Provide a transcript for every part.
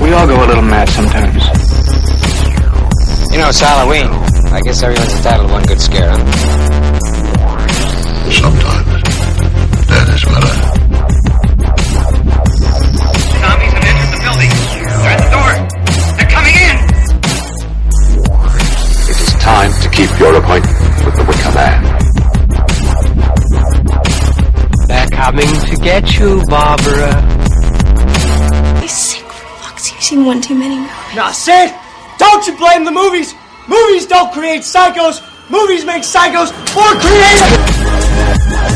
We all go a little mad sometimes. You know, it's Halloween. I guess everyone's entitled to one good scare, huh? Sometimes that is better. Zombies have entered the building. They're at the door. They're coming in. It is time to keep your appointment with the Wicker Man. They're coming to get you, Barbara. I sick for fucks. You've seen one too many movies. Now, Sid, don't you blame the movies. Movies don't create psychos. Movies make psychos more creative.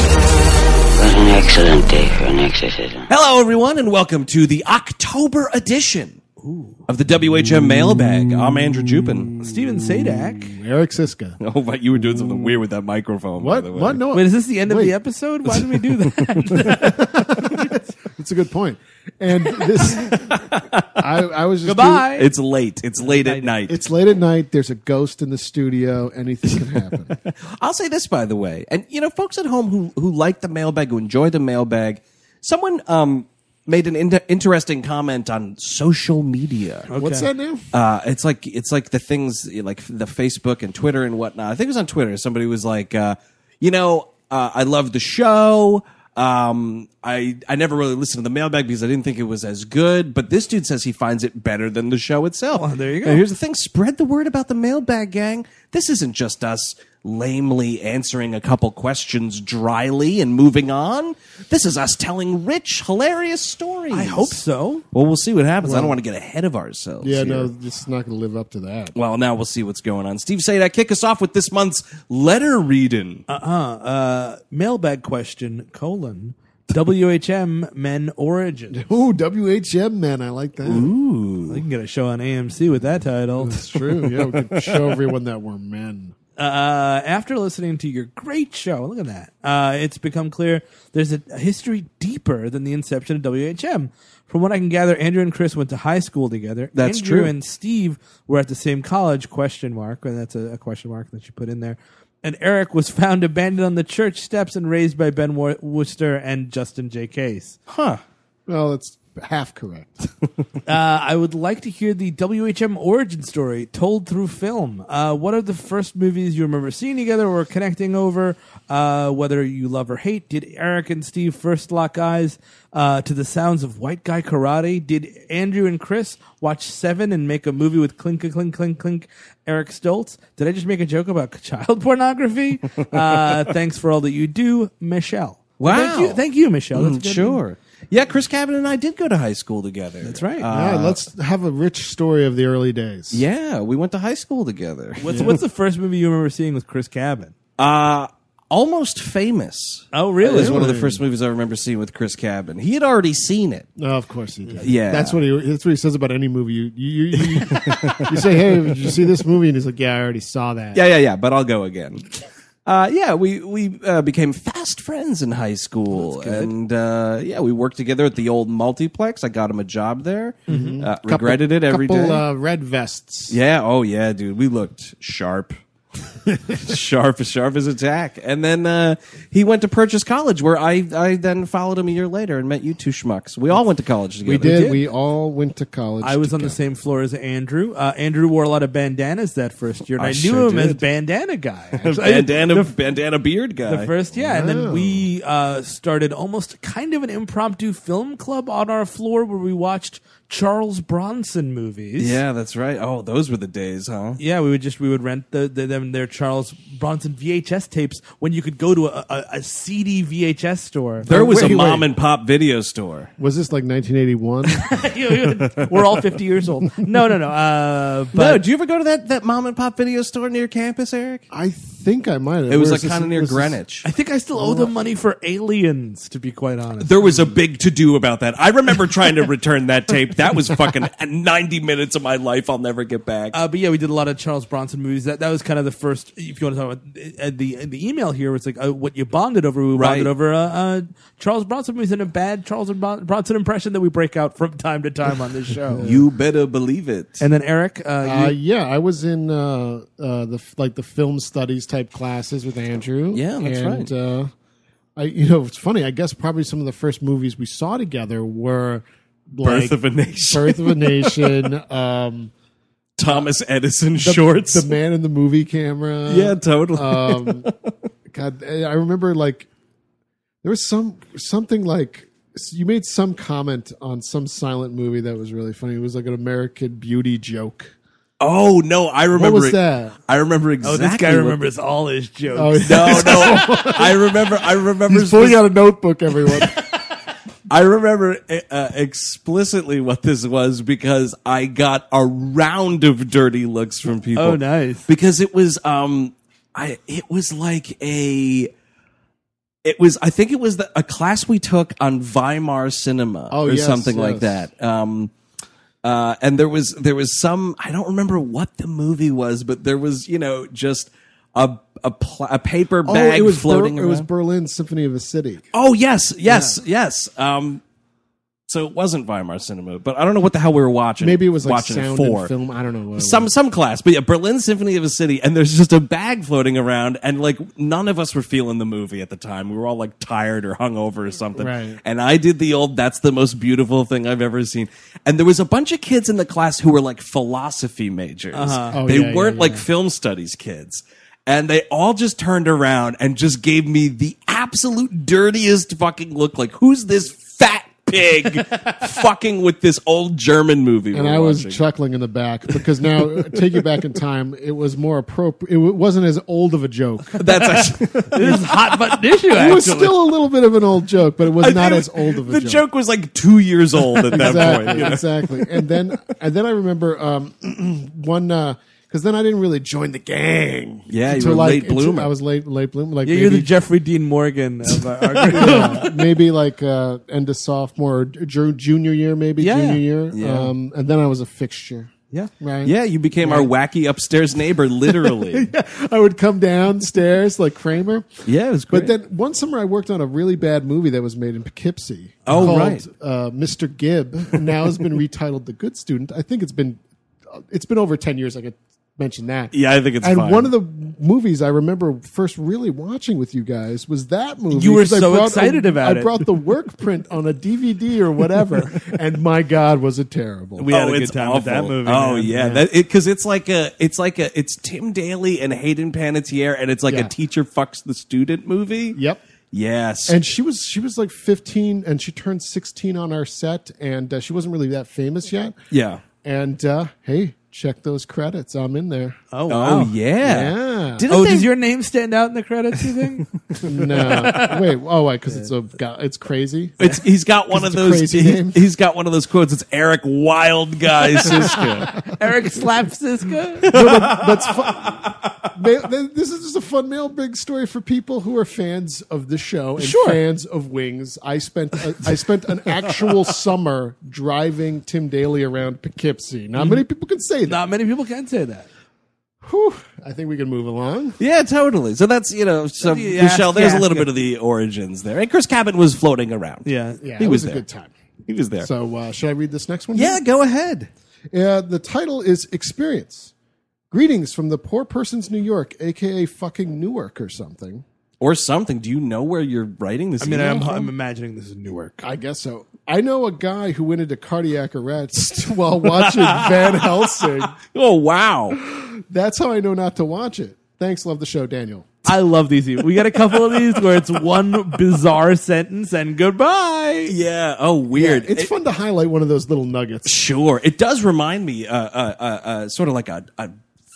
an excellent day for an exorcism. Hello, everyone, and welcome to the October edition of the WHM Mailbag. I'm Andrew Jupin. Steven Sadak. Eric Siska. Oh, but you were doing something weird with that microphone. by What? the way. What? No. Wait, is this the end of Wait. the episode? Why did we do that? That's a good point. And this, I, I was just. Goodbye. It's late. It's late at night. doing- it's late at night. There's a ghost in the studio. Anything can happen. I'll say this by the way, and you know, folks at home who who like the mailbag, who enjoy the mailbag, someone um made an in- interesting comment on social media. What's that now? Uh, it's like it's like the things like the Facebook and Twitter and whatnot. I think it was on Twitter. Somebody was like, uh, you know, uh, I love the show. Um, I I never really listened to the mailbag because I didn't think it was as good. But this dude says he finds it better than the show itself. Well, there you go. And here's the thing: spread the word about the mailbag, gang. This isn't just us lamely answering a couple questions dryly and moving on. This is us telling rich, hilarious stories. I hope so. Well, we'll see what happens. I don't want to get ahead of ourselves. Yeah, here. no, this is not going to live up to that. Well, now we'll see what's going on. Steve Sadak, kick us off with this month's letter reading. Mailbag question, colon, WHM men origin. Ooh, WHM man, I like that. You can get a show on AMC with that title. It's true. Yeah, we could show everyone that we're men. Uh, after listening to your great show, look at that. Uh, it's become clear there's a, a history deeper than the inception of WHM. From what I can gather, Andrew and Chris went to high school together. That's Andrew true. and Steve were at the same college? Question mark. Or that's a, a question mark that you put in there. And Eric was found abandoned on the church steps and raised by Ben Wo- Wooster and Justin J. Case. Well, that's half correct. Uh, I would like to hear the WHM origin story told through film. Uh, what are the first movies you remember seeing together or connecting over? Uh, whether you love or hate, did Eric and Steve first lock eyes uh, to the sounds of white guy karate? Did Andrew and Chris watch Seven and make a movie with clink a clink clink clink Eric Stoltz? Did I just make a joke about child pornography? uh, thanks for all that you do, Michelle. Wow. Mm, Thank you, thank you Michelle. That's a good- Yeah, Chris Cabin and I did go to high school together. That's right. All right, let's have a rich story of the early days. Yeah, we went to high school together. What's, what's the first movie you remember seeing with Chris Cabin? Almost Famous. Oh, really? Is one of the first movies I remember seeing with Chris Cabin. He had already seen it. No, Oh, of course he did. Yeah. that's what he. That's what he says about any movie. You you you, you, you say, "Hey, did you see this movie?" And he's like, "Yeah, I already saw that." Yeah, yeah, yeah. But I'll go again. Uh, yeah, we we uh, became fast friends in high school, and uh, yeah, we worked together at the old multiplex. I got him a job there. Uh, regretted it every day. couple, Uh, red vests. Yeah. Oh, yeah, dude. We looked sharp. sharp, sharp as a tack. And then uh, he went to Purchase College, where I, I then followed him a year later and met you two schmucks. We all went to college together. we did. We all went to college. I was on the together. same floor as Andrew. Uh, Andrew wore a lot of bandanas that first year, and I, I knew sure him as did. bandana guy. actually. bandana, Oh. bandana beard guy. the first, yeah, and then we uh, started almost kind of an impromptu film club on our floor where we watched Charles Bronson movies. yeah, that's right. Oh, those were the days, huh? Yeah, we would just we would rent the, the them their Charles Bronson VHS tapes when you could go to a, a, a CD VHS store. There was Wait, a wait. mom and pop video store. Was this like 1981? You- you- We're all fifty years old. No, no, no. Uh, but no, do you ever go to that, that mom and pop video store near campus, Eric? I think I might have. It was Where's like this- kind of near was this- Greenwich. I think I still owe them money for aliens, to be quite honest. There was a big to do about that. I remember trying to return that tape. That was fucking 90 minutes of my life I'll never get back. Uh, but yeah, we did a lot of Charles Bronson movies. That that was kind of the first. If you want to talk about uh, the the email here, it's like uh, what you bonded over. We Right. bonded over uh, uh, Charles Bronson movies and a bad Charles Bron- Bronson impression that we break out from time to time on this show. you better believe it. and then Eric, uh, Uh, you, yeah, I was in uh, uh, the f- like the film studies type type classes with Andrew. Yeah, that's and, right. Uh, I, you know, it's funny. I guess probably some of the first movies we saw together were like Birth of a Nation. Birth of a Nation, um, Thomas Edison the, shorts. The Man in the Movie Camera. yeah, totally. um, God, eh, I remember like there was some something like you made some comment on some silent movie that was really funny. It was like an American Beauty joke. oh no, I remember. was it- that? I remember exactly. oh, this guy what- remembers all his jokes. Oh, No, no. I remember. I remember. he's pulling out a notebook. Everyone, I remember uh, explicitly what this was because I got a round of dirty looks from people. Oh, nice. Because it was um I it was like a it was I think it was the, a class we took on Weimar cinema Oh, or yes, something like yes. that. Um uh, and there was there was some I don't remember what the movie was, but there was you know just a a, pl- a paper bag Oh, it was floating Ber- around. it was Berlin Symphony of a City. Oh yes, yes, yes. Um, so it wasn't Weimar Cinema, but I don't know what the hell we were watching. Maybe it was like watching sound it for and film. I don't know. What it some was. some class, but yeah, Berlin Symphony of a City, and there's just a bag floating around, and like none of us were feeling the movie at the time. We were all like tired or hungover or something. Right. And I did the old "That's the most beautiful thing I've ever seen," and there was a bunch of kids in the class who were like philosophy majors. Oh, they yeah, yeah, weren't like yeah. film studies kids. And they all just turned around and just gave me the absolute dirtiest fucking look. Like, who's this fat pig fucking with this old German movie? and we're I was watching? chuckling in the back because now take you back in time. It was more appropriate. It w- wasn't as old of a joke. That's actually. This is hot button issue. It was actually. still a little bit of an old joke, but it was I not think as old of a the joke. joke. was like two years old at that exactly, point. you know? exactly. And then and then I remember um, one because then I didn't really join the gang. Yeah, you Until, were a like, late until- bloomer. I was late late bloomer. Like Yeah, maybe, you're the Jeffrey Dean Morgan of our our group. yeah, maybe like uh, end of sophomore, or ju- junior year, maybe Yeah. junior year. Yeah. Um, and then I was a fixture. Yeah. Right. Yeah, you became our wacky upstairs neighbor, literally. I would come downstairs like Kramer. yeah, it was But great. then one summer I worked on a really bad movie that was made in Poughkeepsie. Oh, called, right. uh, Mr. Gibb. Now has been retitled The Good Student. I think it's been uh, it's been over ten years. I could mention that. yeah, I think it's and fine. one of the movies I remember first really watching with you guys was that movie. You were 'cause I so brought excited a- about I it. brought the work print on a DVD or whatever, and my God, was it terrible! We had a good time with that Oh, awful. movie. Oh man. yeah, that because it's like a it's like a it's Tim Daly and Hayden Panettiere, and it's like Yeah. a teacher fucks the student movie. yep. Yes. And she was she was like 15, and she turned 16 on our set, and uh, she wasn't really that famous yet. yeah. And uh, hey, check those credits. I'm in there. Oh, wow. Oh yeah. Yeah. Didn't Oh, they- does your name stand out in the credits? You think? No, wait. Oh, wait, because it's a guy. It's crazy. It's, he's got one of it's a those. crazy He, name. he's got one of those quotes. It's Eric Wild Guy Sisko. Eric slaps this guy. That's fun. Mail, th- this is just a fun mailbag story for people who are fans of the show and Sure. fans of Wings. I spent a, I spent an actual summer driving Tim Daly around Poughkeepsie. Not Mm-hmm. many people can say that. Not many people can say that. Whew. I think we can move along. yeah, totally. So that's you know, so Yeah, Michelle, there's yeah. a little bit of the origins there. And Chris Cabot was floating around. Yeah. Yeah, He it was was, a there. good time. he was there. So uh, should I read this next one? yeah, go ahead. Uh, the title is Experience. Greetings from the poor person's New York, aka fucking Newark or something. Or something. Do you know where you're writing this? I mean, email I'm, from? I'm imagining this is Newark. I guess so. I know a guy who went into cardiac arrest while watching Van Helsing. oh wow. That's how I know not to watch it. Thanks, love the show, Daniel. I love these. We got a couple of these where it's one bizarre sentence and goodbye. Yeah. Oh, weird. It's It- fun to highlight one of those little nuggets. Sure. It does remind me, uh, uh, uh, uh, sort of like a, a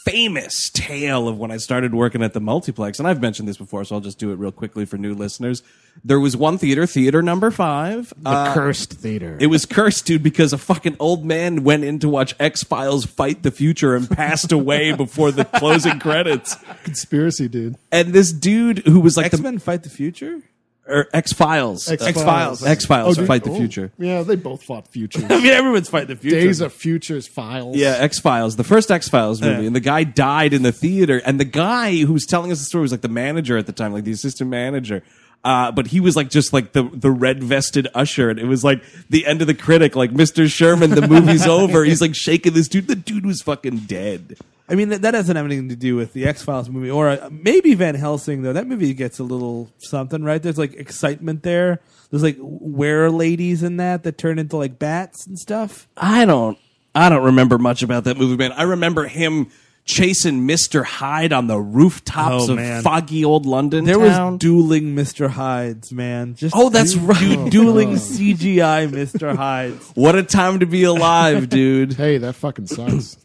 famous tale of when I started working at the multiplex. And I've mentioned this before, so I'll just do it real quickly for new listeners. There was one theater, theater number five. Uh, Cursed theater. it was cursed, dude, because a fucking old man went in to watch X Files Fight the Future and passed away before the closing credits. Conspiracy, dude. And this dude who was like X Men fight the future. the or X Files, X-Files. X Files dude. Er, Fight the Oh. Future. Yeah, they both fought futures. I mean, everyone's fighting the future. Days of Futures Files. Yeah, X Files, the first X Files movie, Yeah. and the guy died in the theater. And the guy who was telling us the story was like the manager at the time, like the assistant manager. Uh, but he was like just like the the red vested usher, and it was like the end of the critic, like Mr. Sherman, the movie's over. He's like shaking this dude. The dude was fucking dead. I mean, that, that doesn't have anything to do with the X Files movie, or uh, maybe Van Helsing though. That movie gets a little something, right? There's like excitement there. There's like were ladies in that that turn into like bats and stuff. I don't I don't remember much about that movie, man. I remember him chasing Mr. Hyde on the rooftops Oh, of man. foggy old London There town. was dueling Mr. Hydes, man. Just Oh, that's du- right. Oh. du- dueling CGI Mr. Hydes. what a time to be alive, dude. Hey, that fucking sucks.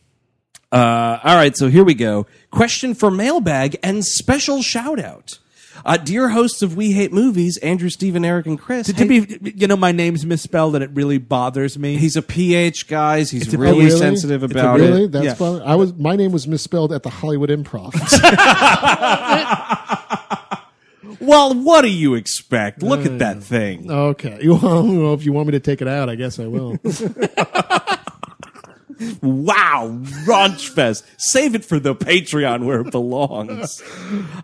Uh, all right, so here we go. Question for mailbag and special shout out. Uh, dear hosts of We Hate Movies, Andrew, Steven, Eric, and Chris. To, hey- to be, you know, my name's misspelled and it really bothers me. he's a PH, guys. He's a- really, Oh, really? sensitive It's a about really? it. That's Yeah. bother- I was. My name was misspelled at the Hollywood Improv. Well, what do you expect? Look at Uh, that oh, thing. okay. You- Well, if you want me to take it out, I guess I will. Wow, Raunchfest. Save it for the Patreon where it belongs.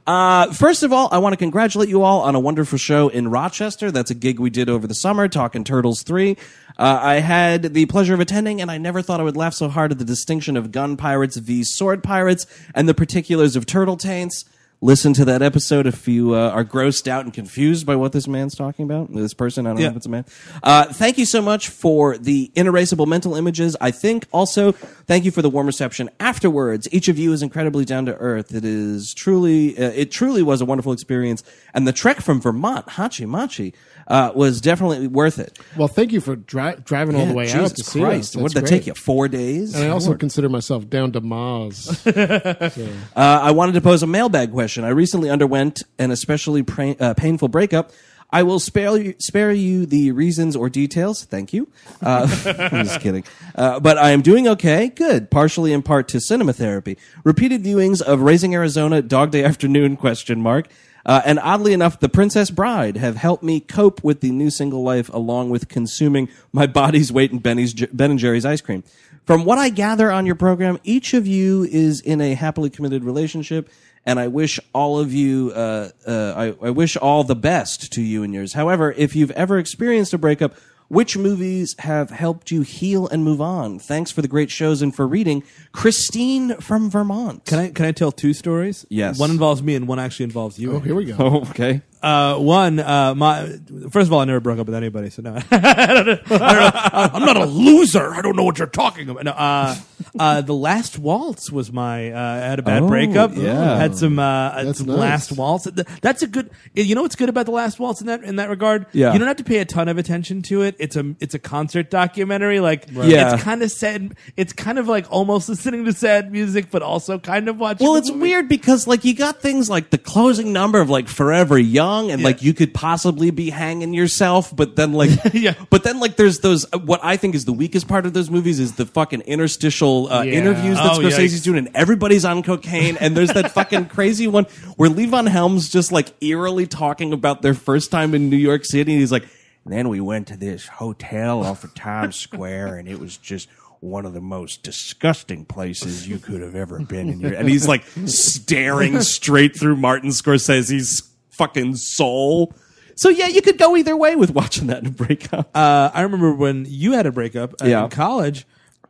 Uh, first of all, I want to congratulate you all on a wonderful show in Rochester. That's a gig we did over the summer, talking Turtles 3. Uh, I had the pleasure of attending, and I never thought I would laugh so hard at the distinction of gun pirates v sword pirates and the particulars of turtle taints. Listen to that episode if you uh, are grossed out and confused by what this man's talking about. This person, I don't know if Yeah. it's a man. Uh, thank you so much for the inerasable mental images. I think also thank you for the warm reception afterwards. Each of you is incredibly down to earth. It is truly, uh, it truly was a wonderful experience, and the trek from Vermont, Hachi Machi, uh, was definitely worth it. well, thank you for dri- driving all the way out to Jesus see Christ! us. What That's did that great. take you? Four days. And I also Lord. consider myself down to Mars. Uh, I wanted to pose a mailbag question. I recently underwent an especially pra- uh, painful breakup. I will spare you, spare you the reasons or details. Thank you. Uh, I'm just kidding. Uh, but I am doing okay. Good. Partially in part to cinema therapy. Repeated viewings of Raising Arizona, Dog Day Afternoon, question mark. Uh, and oddly enough, The Princess Bride have helped me cope with the new single life along with consuming my body's weight in Benny's, Ben and Jerry's ice cream. From what I gather on your program, each of you is in a happily committed relationship, and I wish all of you, uh, uh, I, I wish all the best to you and yours. However, if you've ever experienced a breakup, which movies have helped you heal and move on? Thanks for the great shows and for reading. Christine from Vermont. Can I can I tell two stories? Yes. One involves me, and one actually involves you. oh, here we go. Oh, okay. Uh, one, uh, my first of all, I never broke up with anybody, so no, I don't know. I am not a loser. I don't know what you're talking about. No, uh, uh, the last waltz was my. Uh, I had a bad Oh, breakup. yeah. had some. Uh, That's some nice. last waltz. Th- That's a good. You know what's good about the last waltz in that in that regard? Yeah. You don't have to pay a ton of attention to it. It's a it's a concert documentary. Like Yeah. it's kind of sad. It's kind of like almost listening to sad music, but also kind of watching. Well, the it's movie. weird because like you got things like the closing number of like Forever Young, and Yeah. like you could possibly be hanging yourself, but then like Yeah. but then like there's those uh, what I think is the weakest part of those movies is the fucking interstitial uh, Yeah. interviews that Oh, Scorsese's yikes. doing, and everybody's on cocaine, and there's that fucking crazy one where Levon Helms just like eerily talking about their first time in New York City, and he's like. And then we went to this hotel off of Times Square, and it was just one of the most disgusting places you could have ever been in your. And he's like staring straight through Martin Scorsese's fucking soul. So yeah, you could go either way with watching that and break up. uh, I remember when you had a breakup uh, Yeah. in college.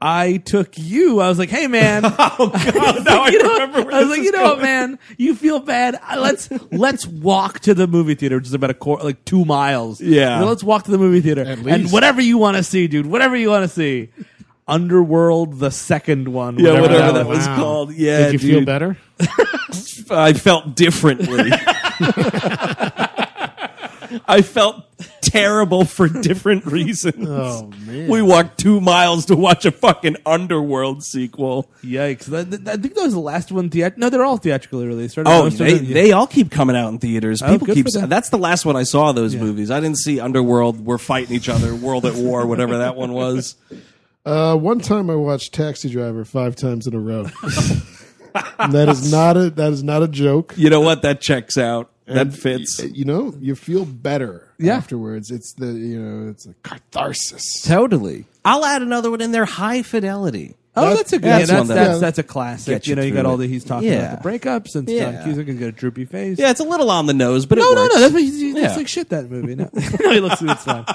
I took you. I was like, "Hey, man." oh god, now I You know, remember. Where I was this like, is you know, what, going. man, you feel bad. Uh, Let's let's walk to the movie theater, which is about a cor- like two miles. Yeah. Then let's walk to the movie theater and least. whatever you want to see, dude. Whatever you want to see. Underworld, the second one. Yeah, whatever that that was wow. called. Yeah, Did you dude. feel better? I felt differently. I felt terrible for different reasons. Oh, man. We walked two miles to watch a fucking Underworld sequel. Yikes! That- that- I think that was the last one. Theat- no, they're all theatrically released. Right? Oh, Most of they, them- yeah. they all keep coming out in theaters. People good keep. for them. That's the last one I saw. of Those movies. I didn't see Underworld. We're fighting each other. World at War. Whatever that one was. Uh, one time I watched Taxi Driver five times in a row. And that is not a that is not a joke. You know what? That checks out. That And fits. y- You know, you feel better Yeah. afterwards. It's the you know, it's a catharsis. Totally. I'll add another one in there. High Fidelity. Oh, that's, a good. that's That's that's, one that- that's, Yeah. a classic. Get you You know, you got through all it. the he's talking Yeah. about the breakusick, and Yeah. John Cusick's got a droopy face. Yeah, it's a little on the nose, but it No, no, works. no. That's what he's, he looks Yeah. like shit. That movie. No, no he looks like it's fine.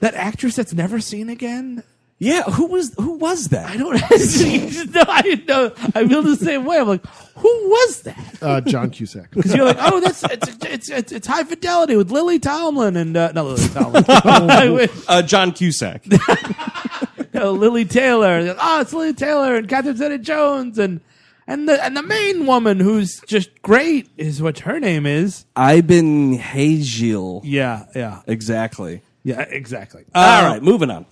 that actress that's never seen again. Yeah, who was who was that? I don't. no, I didn't know. I feel the same way. I'm like, who was that? Uh, John Cusack. Because you're like, oh, that's it's, it's it's it's high fidelity with Lily Tomlin and uh, not Lily Tomlin. I wish. Uh, John Cusack. No, Lily Taylor. You're like, Oh, it's Lily Taylor and Catherine Zeta-Jones and and the and the main woman who's just great is what her name is. Ibn Hajil. Yeah, yeah, Exactly. yeah. Exactly. All right, moving on.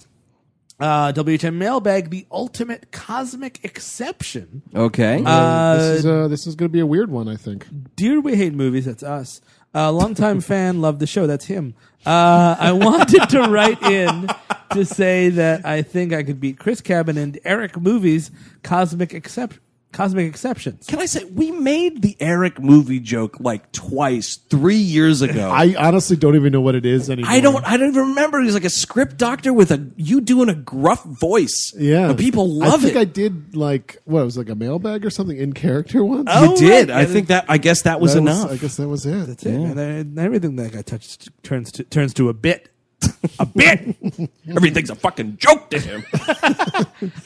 Uh, WHM mailbag: the ultimate cosmic exception. Okay. this is uh, this is going to be a weird one, I think. Dear We Hate Movies, that's us. A longtime fan, loved the show. That's him. Uh, I wanted to write in to say that I think I could beat Chris Cabin and Eric Movies Cosmic Excep- Cosmic Exceptions. Can I say we made the Eric movie joke like twice, three years ago. I honestly don't even know what it is anymore. I don't. I don't even remember. He's like a script doctor with a you doing a gruff voice. Yeah, and people I love think it. I did like what it was like a mailbag or something in character once. you Oh, did. right. I think that. I guess that was That enough. I guess that was it. That's it, man. Everything that I touch turns to turns to a bit. a bit. Everything's a fucking joke to him.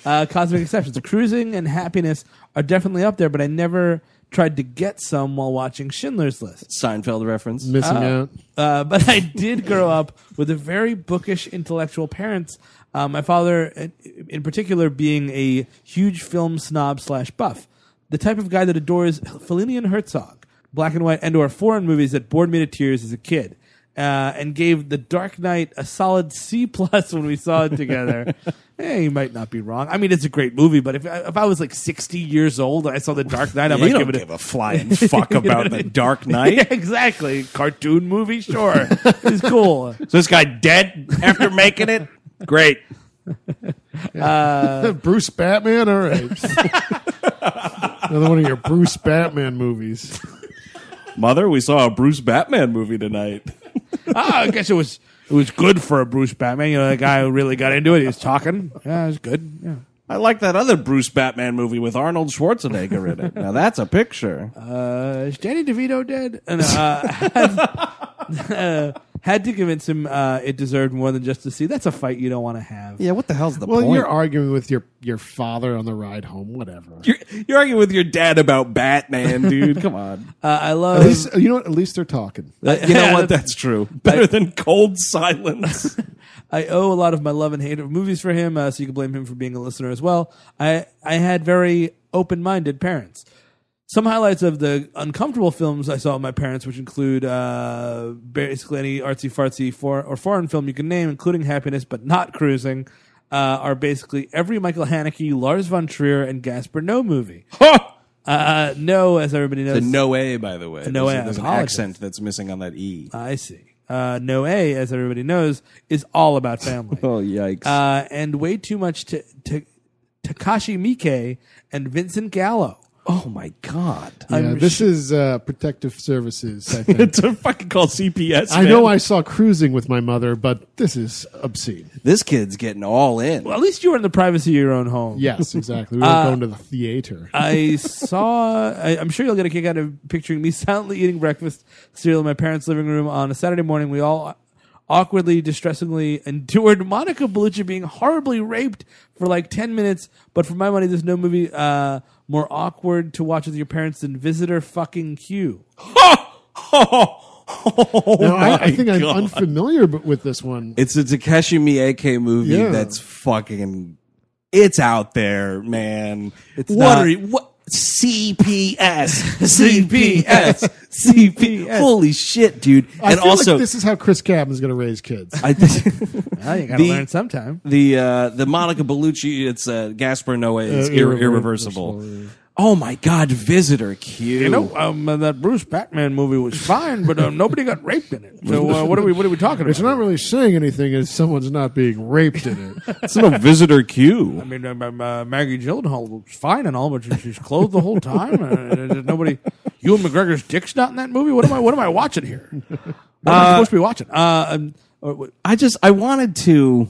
Uh, cosmic exceptions. Cruising and happiness are definitely up there, but I never tried to get some while watching Schindler's List. Seinfeld reference. Missing out. Uh, but I did grow up with a very bookish intellectual parents. Uh, my father, in- in particular, being a huge film snob slash buff, the type of guy that adores Fellini and Herzog, black and white and or foreign movies that bored me to tears as a kid. Uh, and gave The Dark Knight a solid C plus when we saw it together. eh, you might not be wrong. I mean, it's a great movie, but if I- if I was like sixty years old and I saw The Dark Knight, I you might don't give it give a flying fuck about the Dark Knight. yeah, exactly. Cartoon movie, sure. it's cool. So this guy dead after making it. Great. Bruce Batman. All right. Another one of your Bruce Batman movies. Mother, we saw a Bruce Batman movie tonight. Ah, I guess it was it was good for a Bruce Batman. You know, the guy who really got into it. He was talking. Yeah, it was good. Yeah. I like that other Bruce Batman movie with Arnold Schwarzenegger in it. Now that's a picture. Uh, is Danny DeVito dead? And uh, had, uh, had to convince him uh, it deserved more than just to see. That's a fight you don't want to have. yeah, what the hell's the Well, point? you're arguing with your your father on the ride home. Whatever. You're, you're arguing with your dad about Batman, dude. Come on. Uh, I love. uh, At least you know what? At least they're talking. you know what? That's true. Better than cold silence. I owe a lot of my love and hate of movies for him, uh, so you can blame him for being a listener as well. I I had very open minded parents. Some highlights of the uncomfortable films I saw with my parents, which include uh, basically any artsy fartsy for, or foreign film you can name, including Happiness but not Cruising, uh, are basically every Michael Haneke, Lars von Trier, and Gaspar No movie. Uh, no, as everybody knows, the no A, by the way. No there's, A, There's an apologies. accent that's missing on that E. I see. Uh, no A, as everybody knows, is all about family. Oh, yikes. uh, and way too much to, to Takashi Miike and Vincent Gallo. oh, my God. Yeah, I'm this sh- is uh, protective services. I, think. It's a fucking called CPS. I man. know I saw cruising with my mother, but this is obscene. This kid's getting all in. Well, at least you were in the privacy of your own home. Yes, exactly. We were Uh, going to the theater. I saw. I, I'm sure you'll get a kick out of picturing me silently eating breakfast cereal in my parents' living room on a Saturday morning. We all awkwardly, distressingly endured Monica Bellucci being horribly raped for like 10 minutes. But for my money, there's no movie uh, more awkward to watch with your parents than Visitor Fucking Q. Now, I, I my think I'm God. unfamiliar b- with this one. It's a Takeshi Miike movie Yeah. that's fucking. It's out there, man. It's what not- are you? What CPS, CPS, CPS. CPS. Holy shit, dude! I and feel also, like this is how Chris Cabin's going to raise kids. I think Well, you gotta The- learn sometime. the uh, the Monica Bellucci. It's uh, Gaspar Noé. It's Uh, ir- irreversible, irreversible. Oh my God, Visitor Q. You know, um, uh, that Bruce Batman movie was fine, but um, nobody got raped in it. So uh, what are we? What are we talking about? It's not really saying anything if someone's not being raped in it. it's no Visitor Q. I mean, um, um, uh, Maggie Gyllenhaal was fine and all, but she- she's clothed the whole time. Uh, there's nobody. Ewan McGregor's dick's not in that movie. What am I? What am I watching here? What am I supposed to be watching? Uh, um, or what- I just I wanted to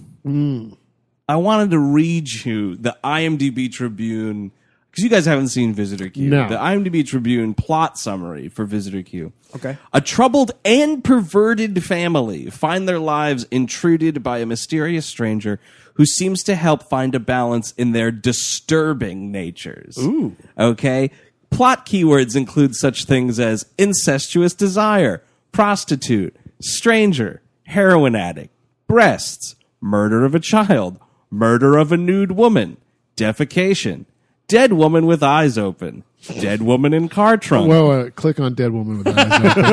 I wanted to read you the IMDb Tribune because you guys haven't seen Visitor Q. No. The IMDb Tribune plot summary for Visitor Q. Okay. A troubled and perverted family find their lives intruded by a mysterious stranger who seems to help find a balance in their disturbing natures. Ooh. Okay. Plot keywords include such things as incestuous desire, prostitute, stranger, heroin addict, breasts, murder of a child, murder of a nude woman, defecation, dead woman with eyes open, dead woman in car trunk. Well, uh, click on Dead Woman with Eyes. Open.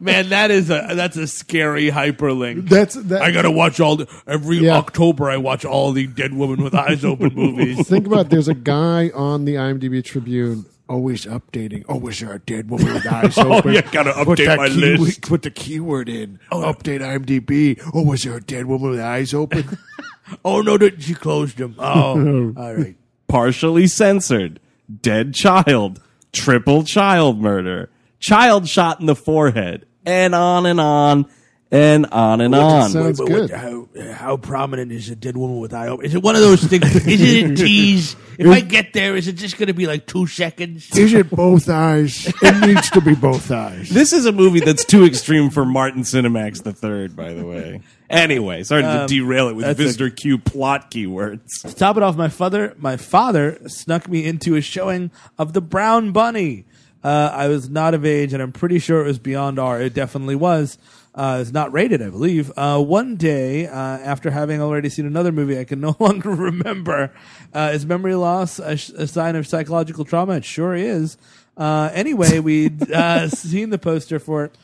Man, that is a that's a scary hyperlink. That's that. I gotta watch all the, every Yeah. October. I watch all the Dead Woman with Eyes Open movies. Think about it, there's a guy on the IMDb Tribune always updating. Oh, is there a dead woman with eyes Oh, open? yeah, gotta Put update that my key- list. Oh, Put the keyword in. update IMDb. Oh, was there a dead woman with eyes open? oh no, that- she closed him. Oh, all right. partially censored, dead child, triple child murder, child shot in the forehead, and on and on and on and on. sounds But good. what, how, how prominent is a dead woman with eye open? Is it one of those things? is it a tease? If I get there, is it just going to be like two seconds? Is it both eyes? It needs to be both eyes. this is a movie that's too extreme for Martin Cinemax the Third, by the way. Anyway, sorry to derail it with Um, that's a- visitor Q plot keywords. To top it off, my father, my father snuck me into a showing of the Brown Bunny. Uh, I was not of age, and I'm pretty sure it was beyond R. It definitely was. Uh, it's not rated, I believe. Uh, one day, uh, after having already seen another movie I can no longer remember, uh, is memory loss a, sh- a sign of psychological trauma? It sure is. Uh, anyway, we'd uh, seen the poster for it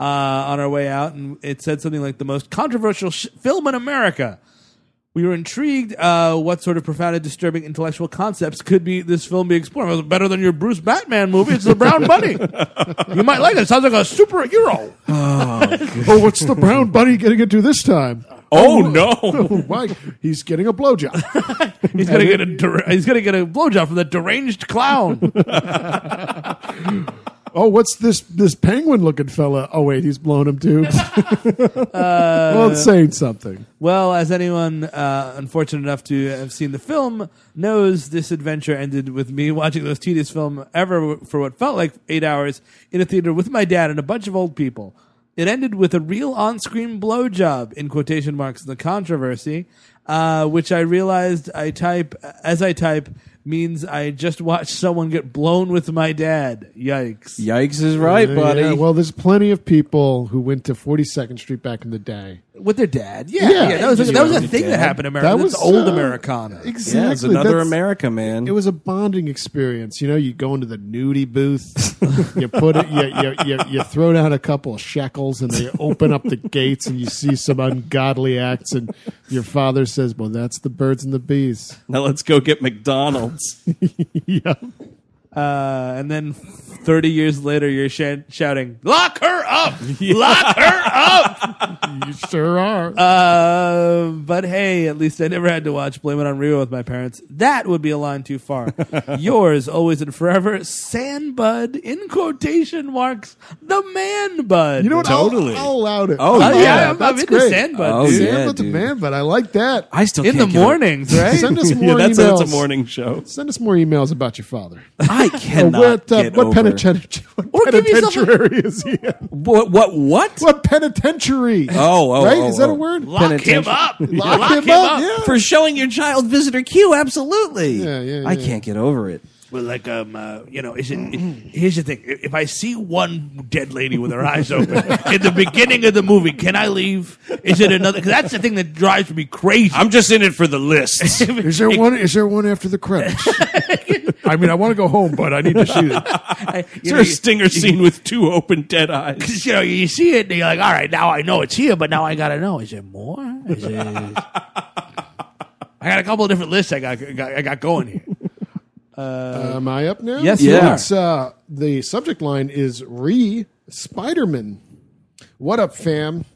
uh, on our way out, and it said something like the most controversial sh- film in America. We were intrigued uh, what sort of profound and disturbing intellectual concepts could be this film be exploring. It was better than your Bruce Batman movie. It's the Brown Bunny. you might like it. It sounds like a superhero. Oh, what's the brown bunny getting into this time? Oh no! Why? He's getting a blowjob. He's gonna get a der- he's gonna get a blowjob from the deranged clown. Oh, what's this this penguin looking fella? Oh wait, he's blown him too. Uh, well, it's saying something. well, as anyone uh, unfortunate enough to have seen the film knows, this adventure ended with me watching the most tedious film ever for what felt like eight hours in a theater with my dad and a bunch of old people. It ended with a real on-screen blowjob in quotation marks. The controversy, uh, which I realized I type as I type means I just watched someone get blown with my dad. Yikes. Yikes is right, buddy. Yeah, well, there's plenty of people who went to 42nd Street back in the day. with their dad. Yeah, Yeah. yeah, that was that was a With thing their that dad. happened in America. That was was, old uh, Americana. Exactly. yeah, it's another That's- America, man. It was a bonding experience. You know, you go into the nudie booth, you put it, you, you, you, you throw down a couple of shekels, and they open up the gates, and you see some ungodly acts, and your father says, "Well, that's the birds and the bees." now let's go get McDonald's. yeah. Uh, and then thirty years later, you're sh- shouting, "Lock her up! Lock her up!" You sure are. Uh, but hey, at least I never had to watch Blame It on Rio with my parents. That would be a line too far. Yours, always and forever, Sandbud in quotation marks, the man bud. you know what? totally. I'll, I'll allow it. Oh, Oh, yeah, yeah, I'm, I'm that's into great. Sandbud. Oh, dude. yeah, Sam, but the dude. man, but I like that. I still In the can't get it. mornings, right? Send us Yeah, more that's emails. that's a morning show. Send us more emails about your father. I cannot what uh, get what over. penitentiary? What Or give yourself a- penitentiary is he in? What? What? What? What penitentiary? Oh, oh, right? oh, is that oh. a word? Lock him Penitentiary. up! Lock, him, up. Yeah. for showing your child visitor Q. Absolutely. Yeah, yeah, I yeah. can't get over it. Well, like um, uh, you know, is it? Mm-hmm. Here's the thing: if I see one dead lady with her eyes open in the beginning of the movie, can I leave? Is it another? Cause that's the thing that drives me crazy. I'm just in it for the list. Is there one? Is there one after the credits? I mean, I want to go home, but I need to see it. I, you, Is know, there a you, stinger scene with two open dead eyes? 'cause, you know, you see it, and you're like, all right, now I know it's here, but now I gotta know: is there more? Is it? I got a couple of different lists I got, got I got going here. Am I up now? Yes, you Yeah. are. It's, uh, the subject line is re Spider-Man. What up, fam?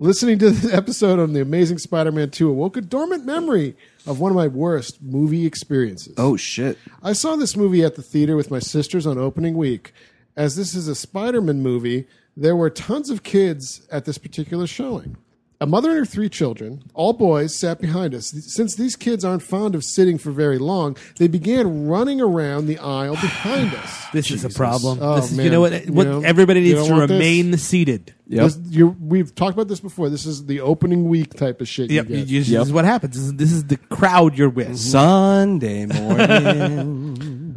Listening to this episode on the Amazing Spider-Man 2 awoke a dormant memory of one of my worst movie experiences. Oh shit! I saw this movie at the theater with my sisters on opening week. As this is a Spider Man movie, there were tons of kids at this particular showing. A mother and her three children, all boys, sat behind us. Since these kids aren't fond of sitting for very long, they began running around the aisle behind us. This is a problem. Oh, this is, you man. know what? You what know, everybody you needs don't to want this? remain seated. Yep. This- you- we've talked about this before. This is the opening week type of shit. Yep, You you- get. you- This is what happens. This is, this is the crowd you're Mm-hmm. with. Sunday morning.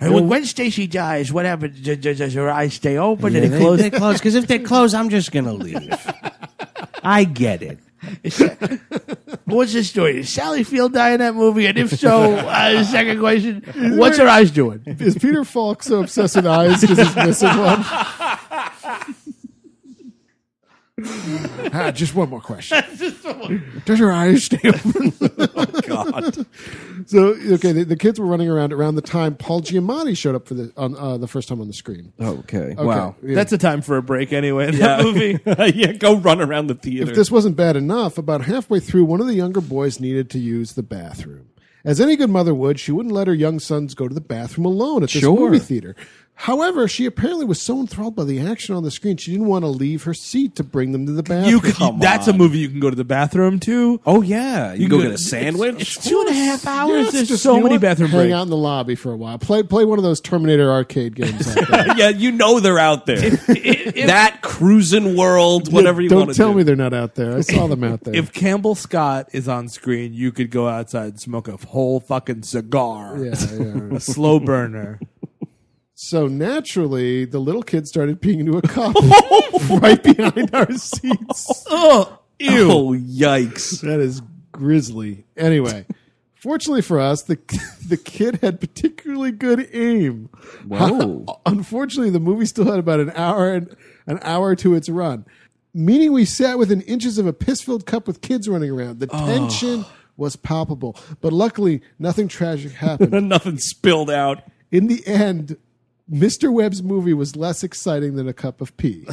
And when Wednesday she dies, what happens? Does, does- does her eyes stay open? and it close? They close because if they close, I'm just gonna leave. I get it. What's the story? Does Sally Field die in that movie? And if so, uh, second question: What's her eyes doing? Is Peter Falk so obsessed with eyes because he's missing one? Ah, just one more question. Does your eyes stay open? God. so okay, the, the kids were running around around the time Paul Giamatti showed up for the on uh, the first time on the screen. Okay. Okay, Wow. yeah. Oh, That's a time for a break, anyway. in That movie. yeah. Go run around the theater. If this wasn't bad enough, about halfway through, one of the younger boys needed to use the bathroom. As any good mother would, she wouldn't let her young sons go to the bathroom alone at this Sure. movie theater. However, she apparently was so enthralled by the action on the screen, she didn't want to leave her seat to bring them to the bathroom. You can, that's a movie you can go to the bathroom to. oh yeah. can You, go go get to- a sandwich. It's two and a half hours. Yes, There's just, so you know many what? bathroom Hang breaks. out in the lobby for a while. Play play one of those Terminator arcade games. out there. yeah. You know they're out there. that cruising world. Whatever you Don't want to tell do. me they're not out there. I saw them out there. If Campbell Scott is on screen, you could go outside and smoke a whole fucking cigar. yeah, yeah. A slow burner. So naturally, the little kid started peeing into a cup right behind our seats. oh, Oh yikes. That is grisly. Anyway, fortunately for us, the the kid had particularly good aim. Whoa. Unfortunately, the movie still had about an hour and an hour to its run, meaning we sat within inches of a piss-filled cup with kids running around. The tension was palpable, but luckily, nothing tragic happened. Nothing spilled out. In the end, Mr. Webb's movie was less exciting than a cup of pee.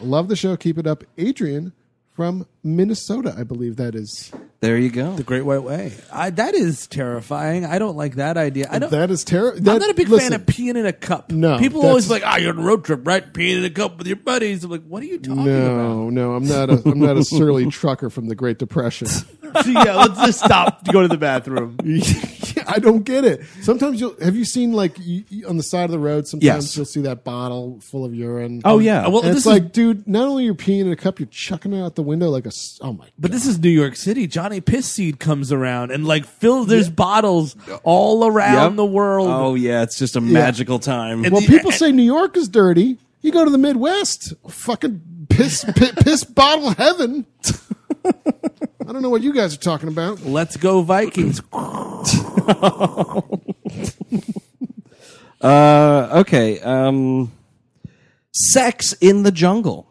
Love the show. Keep it up, Adrian from Minnesota. I believe that is. There you go. The Great White Way. I, that is terrifying. I don't like that idea. I don't. That is terrible. I'm not a big fan of peeing in a cup. No, people always that's- like, "Ah, you're on a road trip, right? Peeing in a cup with your buddies." I'm like, "What are you talking about?" No, no, I'm not a I'm not a surly trucker from the Great Depression. So, yeah, let's just stop to go to the bathroom. I don't get it. Sometimes you'll have you seen like you, you- on the side of the road. Sometimes Yes. you'll see that bottle full of urine. Oh, yeah. Well, And this is- it's like, dude, not only you're peeing in a cup, you're chucking it out the window like a. s- Oh my! But this is New York City. Johnny Pissseed comes around and like fill. There's bottles all around Yep. the world. Oh yeah. It's just a magical time. Well, the- people say New York is dirty. You go to the Midwest, fucking piss pi- piss bottle heaven. I don't know what you guys are talking about. Let's go Vikings. Uh, okay. Um, sex in the jungle.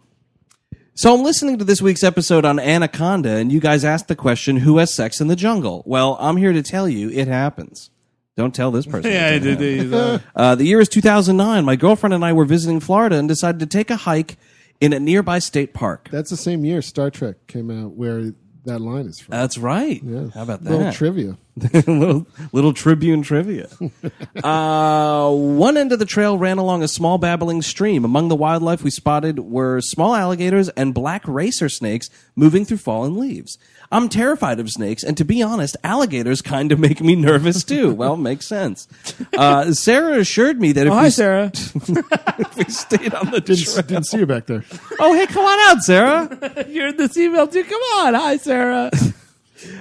So I'm listening to this week's episode on Anaconda, and you guys asked the question, "Who has sex in the jungle?" Well, I'm here to tell you, it happens. Don't tell this person. it yeah, I doesn't did happen. these, uh, Uh, the year is 2009. My girlfriend and I were visiting Florida and decided to take a hike in a nearby state park. That's the same year Star Trek came out, where that line is from. That's right. Yeah. How about that? Little trivia. little, little Tribune trivia. uh, one end of the trail ran along a small babbling stream. Among the wildlife we spotted were small alligators and black racer snakes moving through fallen leaves. I'm terrified of snakes, and to be honest, alligators kind of make me nervous too. well, makes sense. Uh, Sarah assured me that if, Oh, we, hi, s- Sarah. if we stayed on the Didn't, trail, didn't see you back there. oh hey, come on out, Sarah. You're in this email too. Come on, hi, Sarah.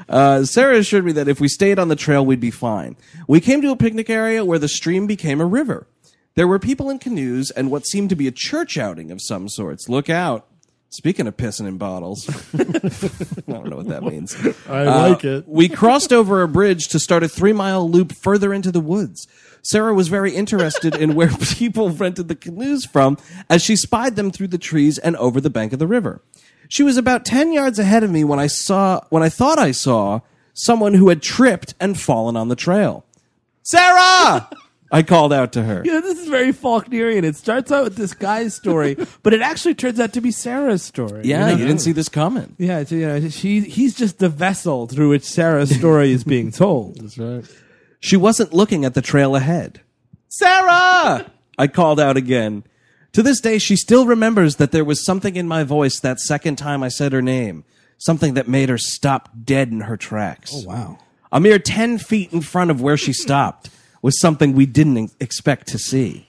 Uh, Sarah assured me that if we stayed on the trail, we'd be fine. We came to a picnic area where the stream became a river. There were people in canoes and what seemed to be a church outing of some sorts. Look out. Speaking of pissing in bottles, I don't know what that means. I Uh, like it. we crossed over a bridge to start a three mile loop further into the woods. Sarah was very interested in where people rented the canoes from as she spied them through the trees and over the bank of the river. She was about 10 yards ahead of me when I saw, when I thought I saw someone who had tripped and fallen on the trail. Sarah! I called out to her. You know, this is very Faulknerian. It starts out with this guy's story, but it actually turns out to be Sarah's story. Yeah, you didn't see this coming. Yeah, so, you know, she he's just the vessel through which Sarah's story is being told. That's right. She wasn't looking at the trail ahead. Sarah! I called out again. To this day, she still remembers that there was something in my voice that second time I said her name, something that made her stop dead in her tracks. Oh, wow. A mere 10 feet in front of where she stopped was something we didn't e-, expect to see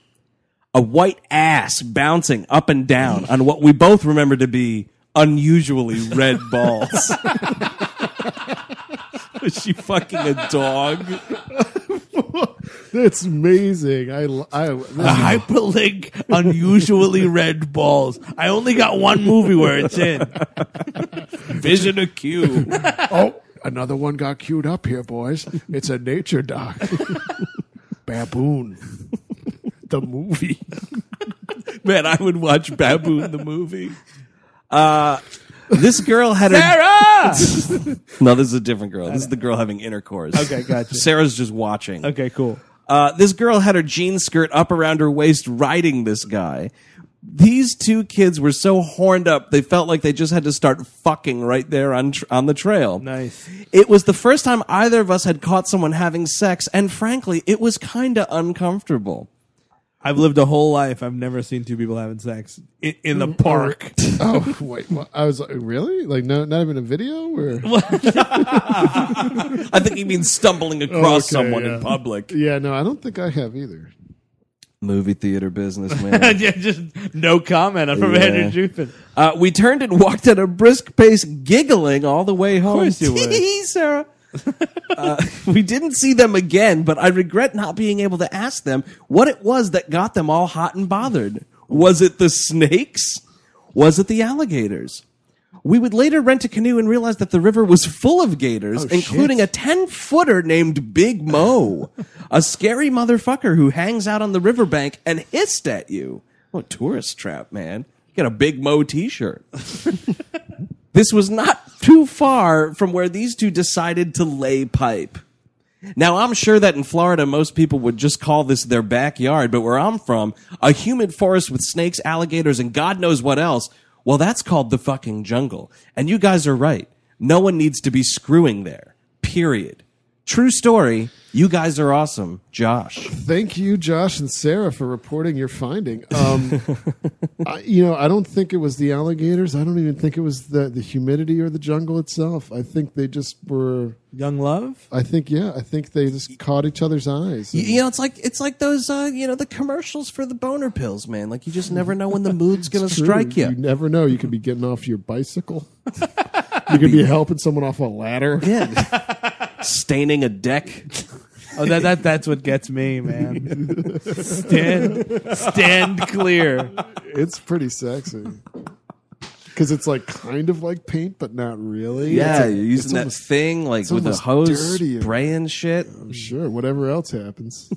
a white ass bouncing up and down on what we both remember to be unusually red balls. Was she fucking a dog? That's amazing. I, l- I- this A hyperlink unusually red balls. I only got one movie where it's in. Vision of Q. is- oh, another one got queued up here, boys. It's a nature doc. Baboon. The movie. Man, I would watch Baboon the movie. Uh, this girl had Sarah! a. No, this is a different girl. This is the girl having intercourse. Okay, gotcha. Sarah's just watching. Okay, cool. Uh, this girl had her jean skirt up around her waist, riding this guy. These two kids were so horned up, they felt like they just had to start fucking right there on tr- on the trail. Nice. It was the first time either of us had caught someone having sex, and frankly, it was kind of uncomfortable. I've lived a whole life. I've never seen two people having sex in, in the park. Oh, wait. What? I was like, really? Like, no, not even a video? Or? I think he means stumbling Oh, across Okay, someone yeah. in public. Yeah, no, I don't think I have either. Movie theater business, man. yeah, just no comment. I'm from Yeah. Andrew Jupin. uh, we turned and walked at a brisk pace, giggling all the way home. course you would. Tee-hee, Sarah. Uh, we didn't see them again, but I regret not being able to ask them what it was that got them all hot and bothered. Was it the snakes? Was it the alligators? We would later rent a canoe and realize that the river was full of gators, including a 10 footer named Big Mo, a scary motherfucker who hangs out on the riverbank and hissed at you. What a tourist trap, man. You got a Big Mo t shirt. this was not too far from where these two decided to lay pipe. Now, I'm sure that in Florida, most people would just call this their backyard, but where I'm from, a humid forest with snakes, alligators, and God knows what else, well, that's called the fucking jungle. And you guys are right. No one needs to be screwing there. Period. True story. You guys are awesome. Josh. Thank you, Josh and Sarah, for reporting your finding. Um, I, you know, I don't think it was the alligators. I don't even think it was the, the humidity or the jungle itself. I think they just were. Young Love? I think yeah. I think they just caught each other's eyes. You know, it's like it's like those uh, you know, the commercials for the boner pills, man. Like you just never know when the mood's gonna It's true. strike You you. never know. You could be getting off your bicycle. you could be helping someone off a ladder. Yeah. Staining a deck. Oh, that, that that's what gets me, man. stand, stand clear. It's pretty sexy. Because it's like kind of like paint, but not really. Yeah, It's a- you're it's using that almost- thing like with a almost hose dirtier. spraying shit. Sure, whatever else happens.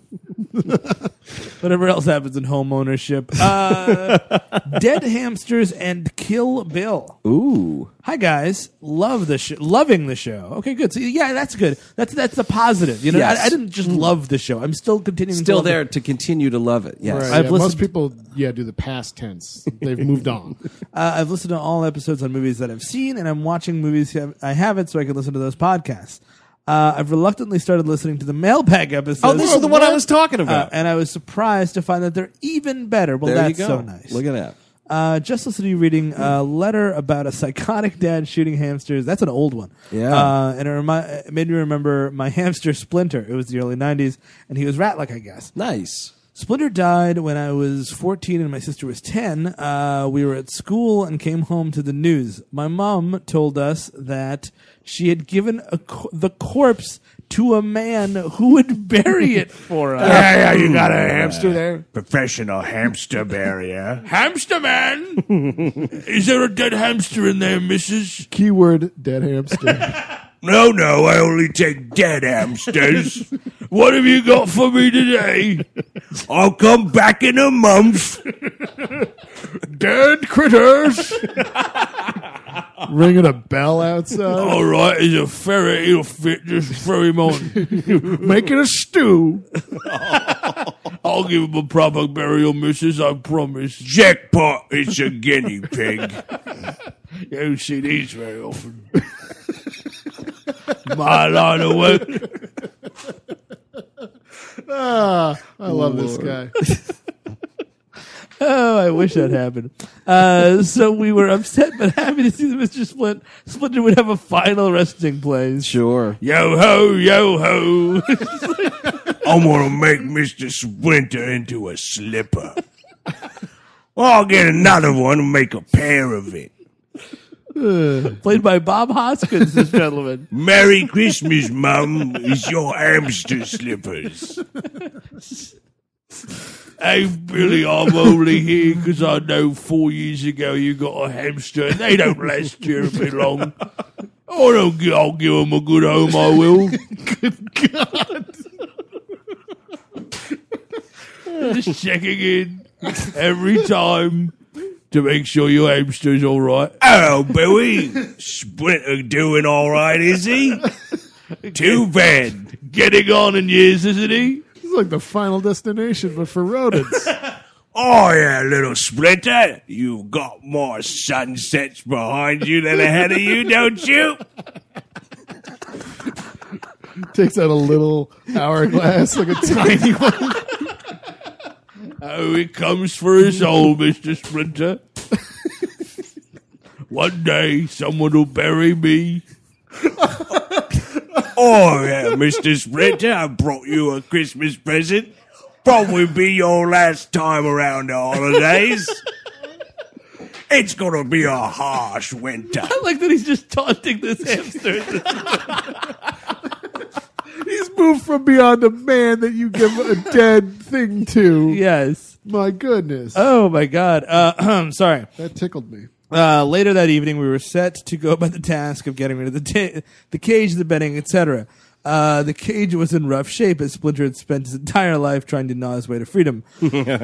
Whatever else happens in home ownership. Uh, Dead Hamsters and Kill Bill. Ooh, Hi guys, love the show, loving the show. Okay, good. So yeah, that's good. That's that's the positive. You know, Yes. Mm. I, I didn't just love the show. I'm still continuing. to still love the- there to continue to love it. Yes. Yeah, I've most listened- people, yeah, do the past tense. They've moved on. Uh, I've listened to all episodes on movies that I've seen, and I'm watching movies have- I haven't, so I can listen to those podcasts. Uh, I've reluctantly started listening to the mailbag episodes. Oh, this is the one I was talking Uh, about. and I was surprised to find that they're even better. Well, there that's you go. so nice. Look at that. Uh, just listened to you reading a letter about a psychotic dad shooting hamsters. That's an old one. Yeah. Uh, and it, remi- it made me remember my hamster Splinter. It was the early 90s, and he was rat like, I guess. Nice. Splinter died when I was 14 and my sister was 10. Uh, we were at school and came home to the news. My mom told us that she had given a co- the corpse to a man who would bury it for us. yeah, you got a hamster there. Professional hamster barrier. hamster man! Is there a dead hamster in there, missus? Keyword dead hamster. No, no, I only take dead hamsters. what have you got for me today? I'll come back in a month. dead critters. Ringing a bell outside, All right, he's a ferret. He'll fit. Just throw him on. making a stew. I'll give him a proper burial, missus. I promise. Jackpot! It's a guinea pig. you don't see these very often. My line of work. Ah, I love this guy. How Oh, I wish that happened. Uh, so we were upset but happy to see that Mr. Split Splinter would have a final resting place. Sure. Yo ho, yo ho. I'm gonna make Mr. Splinter into a slipper. Or I'll get another one and make a pair of it. Played by Bob Hoskins, this gentleman. Merry Christmas, Mum. It's your hamster slippers. Hey, Billy, I'm only here 'cause I know four years ago you got a hamster and they don't last terribly long. I don't gi- I'll give them a good home, I will. Just checking in every time to make sure your hamster's all right. Oh, Billy, Splinter doing all right, is he? Too bad. Getting on in years, isn't he? It's like the final destination, but for rodents. Oh, yeah, little Splinter, you've got more sunsets behind you than ahead of you, don't you? Takes out a little hourglass, like a tiny one. Oh, it comes for us all, Mr. Splinter. One day, someone will bury me. oh, yeah, Mr. Splinter, I brought you a Christmas present. Probably be your last time around the holidays. It's gonna be a harsh winter. I like that he's just taunting this hamster. He's moved from beyond a man that you give a dead thing to. yes. My goodness. Oh my God. Uh, sorry. that tickled me. Uh, later that evening, we were set to go about the task of getting rid of the ta- the cage, the bedding, etc. Uh, the cage was in rough shape as Splinter had spent his entire life trying to gnaw his way to freedom.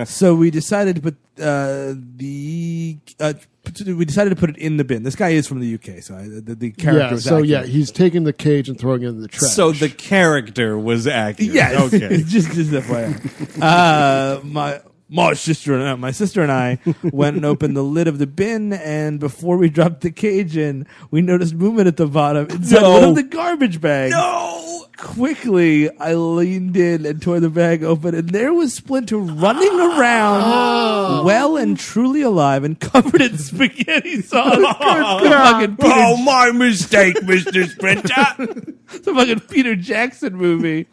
so we decided to put uh, the uh, put- we decided to put it in the bin. This guy is from the UK, so I, the, the character. Yeah, was so yeah, accurate. he's taking the cage and throwing it in the trash. So the character was acting. Yes. Okay. just just FYI. uh, my my sister and I, my sister and I went and opened the lid of the bin, and before we dropped the cage in, we noticed movement at the bottom inside No. one of the garbage bags. No. Quickly, I leaned in and tore the bag open, and there was Splinter running around, well and truly alive, and covered in spaghetti sauce. the fucking Peter Oh, my mistake, Mr. Splinter. it's a fucking Peter Jackson movie.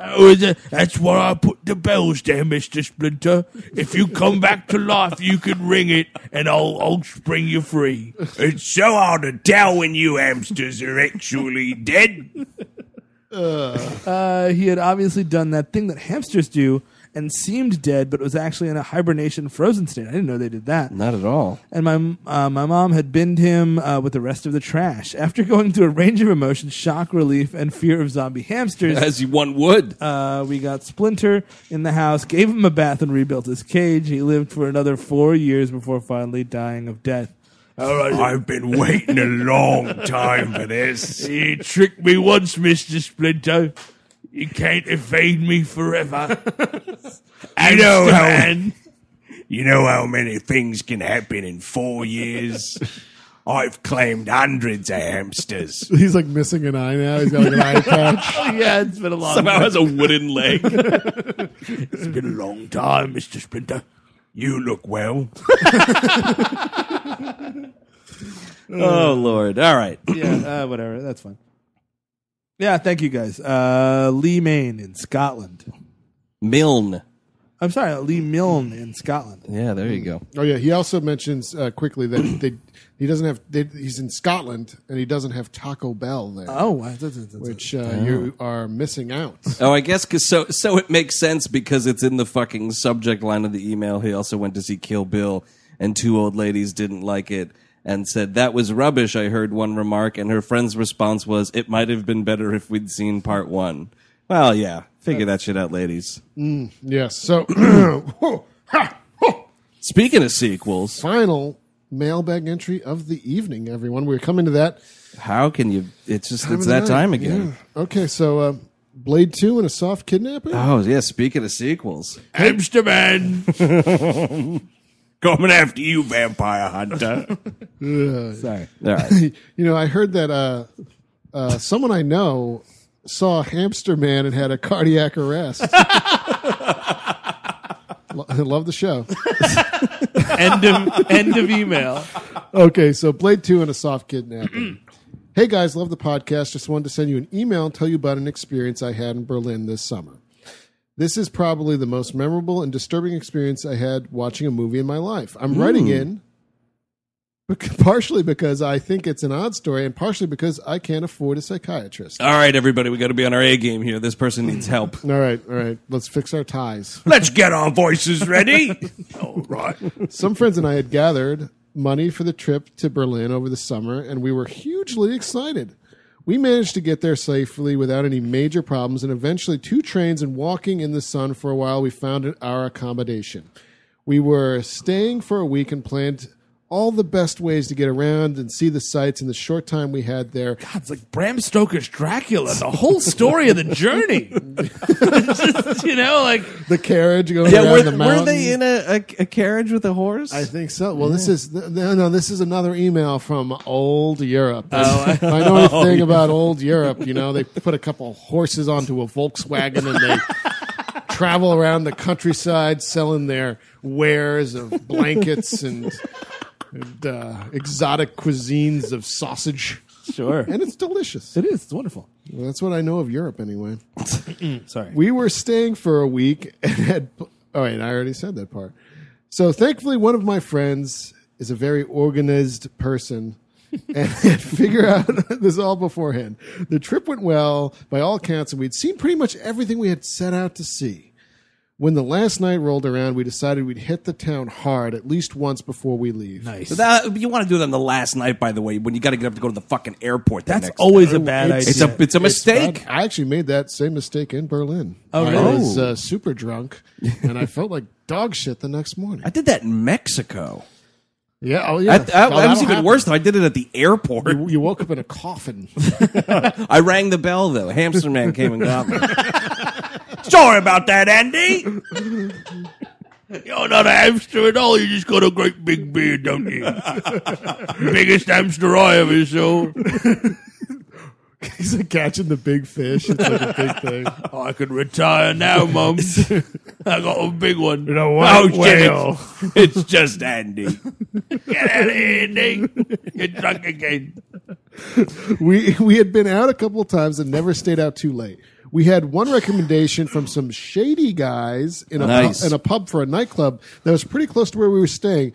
Oh, is it- that's where I put the bells there, Mr. Splinter. If you come back to life, you can ring it and I'll, I'll spring you free. It's so hard to tell when you hamsters are actually dead. Uh, he had obviously done that thing that hamsters do and seemed dead, but was actually in a hibernation frozen state. I didn't know they did that. Not at all. And my uh, my mom had binned him uh, with the rest of the trash. After going through a range of emotions, shock, relief, and fear of zombie hamsters, As you- one would. uh, we got Splinter in the house, gave him a bath, and rebuilt his cage. He lived for another four years before finally dying of death. I've been waiting a long time for this. You tricked me once, Mr. Splinter. You can't evade me forever. I know how, You know how many things can happen in four years? I've claimed hundreds of hamsters. he's like missing an eye now. He's got like an eye patch. Yeah, it's been a long Somehow has a wooden leg. It's been a long time, Mr. Splinter. You look well. oh Lord! All right. yeah, uh, whatever. That's fine. Yeah, thank you guys. Uh, Lee Main in Scotland. Milne. I'm sorry, Lee Milne in Scotland. Yeah, there you go. Oh yeah. He also mentions uh, quickly that they, he doesn't have. They, he's in Scotland and he doesn't have Taco Bell there, Oh, wow. That's- that's- that's- which uh, you are missing out. Oh, I guess 'cause so so it makes sense because it's in the fucking subject line of the email. He also went to see Kill Bill, and two old ladies didn't like it and said that was rubbish. I heard one remark, and her friend's response was, "It might have been better if we'd seen part one." Well, yeah, figure that shit out, ladies. Yes. So whoa, ha, whoa. Speaking of sequels, final mailbag entry of the evening, everyone. We're coming to that. how can you? It's just it's of the that night. time again. Yeah. Okay, so uh, Blade Two and a soft eh? kidnapping. Oh yeah, speaking of sequels, Hamster Man! Coming after you, vampire hunter. Sorry. all right. You know, I heard that uh, uh, someone I know saw a hamster man and had a cardiac arrest. Lo- I love the show. end of end of email. okay, so Blade 2 and a soft kidnapping. hey guys, love the podcast. Just wanted to send you an email and tell you about an experience I had in Berlin this summer. This is probably the most memorable and disturbing experience I had watching a movie in my life. I'm writing Mm. in bec- partially because I think it's an odd story and partially because I can't afford a psychiatrist. All right, everybody, we got to be on our A game here. This person needs help. All right, all right. Let's fix our ties. Let's get our voices ready. All right. Some friends and I had gathered money for the trip to Berlin over the summer, and we were hugely excited. We managed to get there safely without any major problems, and eventually, two trains and walking in the sun for a while, we found our accommodation. We were staying for a week and planned all the best ways to get around and see the sights in the short time we had there. God, it's like Bram Stoker's Dracula. The whole story of the journey. Just, you know, like the carriage going Yeah, around were, the were mountain. they in a, a, a carriage with a horse? I think so. Well, this is th- no, no. This is another email from old Europe. Oh. If I know anything Oh, yeah. about old Europe. You know, they put a couple horses onto a Volkswagen and they travel around the countryside selling their wares of blankets and, and uh, exotic cuisines of sausage. Sure, and it's delicious. It is. It's wonderful. that's what I know of Europe, anyway. Sorry. We were staying for a week and had. All right, I already said that part. So thankfully, one of my friends is a very organized person and had figured out this all beforehand. The trip went well by all counts, and we'd seen pretty much everything we had set out to see. When the last night rolled around, we decided we'd hit the town hard at least once before we leave. So that- you want to do it on the last night, by the way, when you got to get up to go to the fucking airport. the That's next always day. a bad it's idea. A, it's a mistake. bad. I actually made that same mistake in Berlin. Oh, I really? was uh, super drunk, and I felt like dog shit the next morning. I did that in Mexico. Yeah, oh yeah. I- I- I No, was that'll even happen. worse though. I did it at the airport. You, you woke up in a coffin. I rang the bell though. Hamster man came and got me. Sorry about that, Andy. You're not a hamster at all. You just got a great big beard, don't you? Biggest hamster I ever saw. He's like catching the big fish. It's like a big thing. I could retire now, Mum. I got a big one. a white oh, shit, whale. It's, it's just Andy. Get out of here, Andy. You're drunk again. we we had been out a couple of times and never stayed out too late. We had one recommendation from some shady guys in a Nice. pub, in a pub for a nightclub that was pretty close to where we were staying.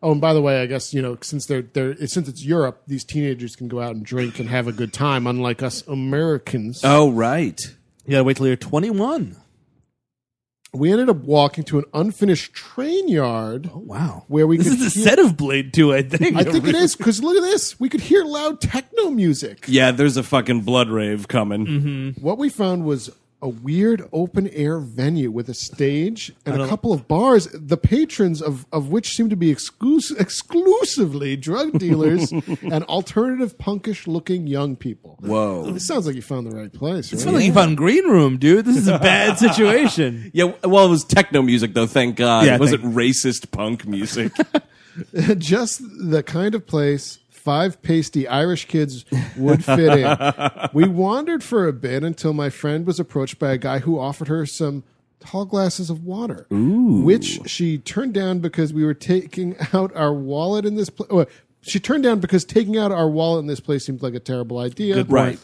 Oh, and by the way, I guess you know since they're they're since it's Europe, these teenagers can go out and drink and have a good time, unlike us Americans. Oh right. You gotta wait till you're 21. We ended up walking to an unfinished train yard. Oh wow! Where we This could is the hear- set of Blade 2, I think. I think it is because look at this. We could hear loud techno music. Yeah, there's a fucking blood rave coming. Mm-hmm. What we found was a weird open air venue with a stage I and a don't- couple of bars, the patrons of, of which seemed to be exclus- exclusively drug dealers and alternative punkish looking young people. Whoa. It sounds like you found the right place. It's right? not like you found Green Room, dude. This is a bad situation. Yeah, well, it was techno music though. Thank God, Yeah, it wasn't racist punk music. Just the kind of place five pasty Irish kids would fit in. we wandered for a bit until my friend was approached by a guy who offered her some tall glasses of water, which she turned down because we were taking out our wallet in this place. she turned down because taking out our wallet in this place seemed like a terrible idea. Good point.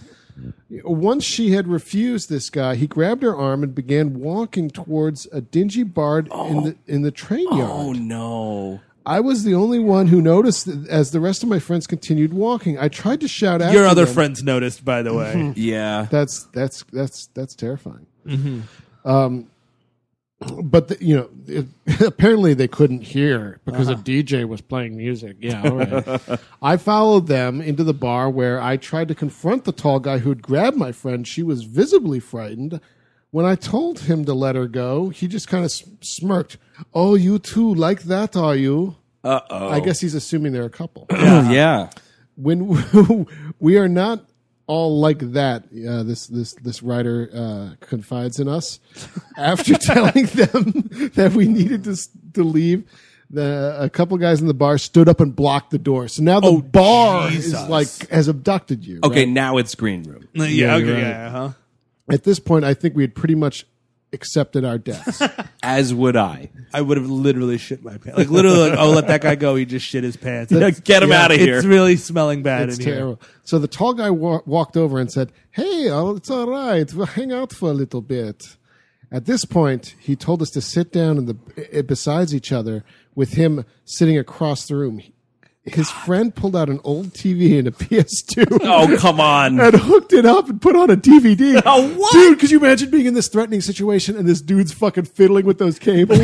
Once she had refused this guy, he grabbed her arm and began walking towards a dingy bar in the in the train yard. oh no. I was the only one who noticed th- as the rest of my friends continued walking. I tried to shout out. Your other friends noticed, by the way. Mhm. Yeah. That's that's that's that's terrifying. Mhm. Um, but the, you know, it- apparently they couldn't hear because Uh-huh. a DJ was playing music. Yeah, all right. I followed them into the bar where I tried to confront the tall guy who had grabbed my friend. She was visibly frightened. When I told him to let her go, he just kind of smirked. "Oh, you too like that, are you?" Uh oh. I guess he's assuming they're a couple. Yeah. yeah. When we are not all like that, uh, this this this writer uh, confides in us after telling them that we needed to s- to leave. The a couple guys in the bar stood up and blocked the door. So now the Oh, bar Jesus. Oh. is like has abducted you. Okay, right? now it's green room. Yeah, uh-huh. Yeah, okay, you're right. yeah, huh? At this point, I think we had pretty much accepted our deaths. As would I. I would have literally shit my pants. Like literally, like, oh, let that guy go. He just shit his pants. That's- Get him outta here. It's really smelling bad It's in here. terrible. So the tall guy wa- walked over and said, "Hey, oh, it's all right. We'll hang out for a little bit." At this point, he told us to sit down in the i- besides each other, with him sitting across the room. His friend pulled out an old TV and a PS2. Oh, come on. And hooked it up and put on a DVD. Oh, what? Dude, could you imagine being in this threatening situation and this dude's fucking fiddling with those cables?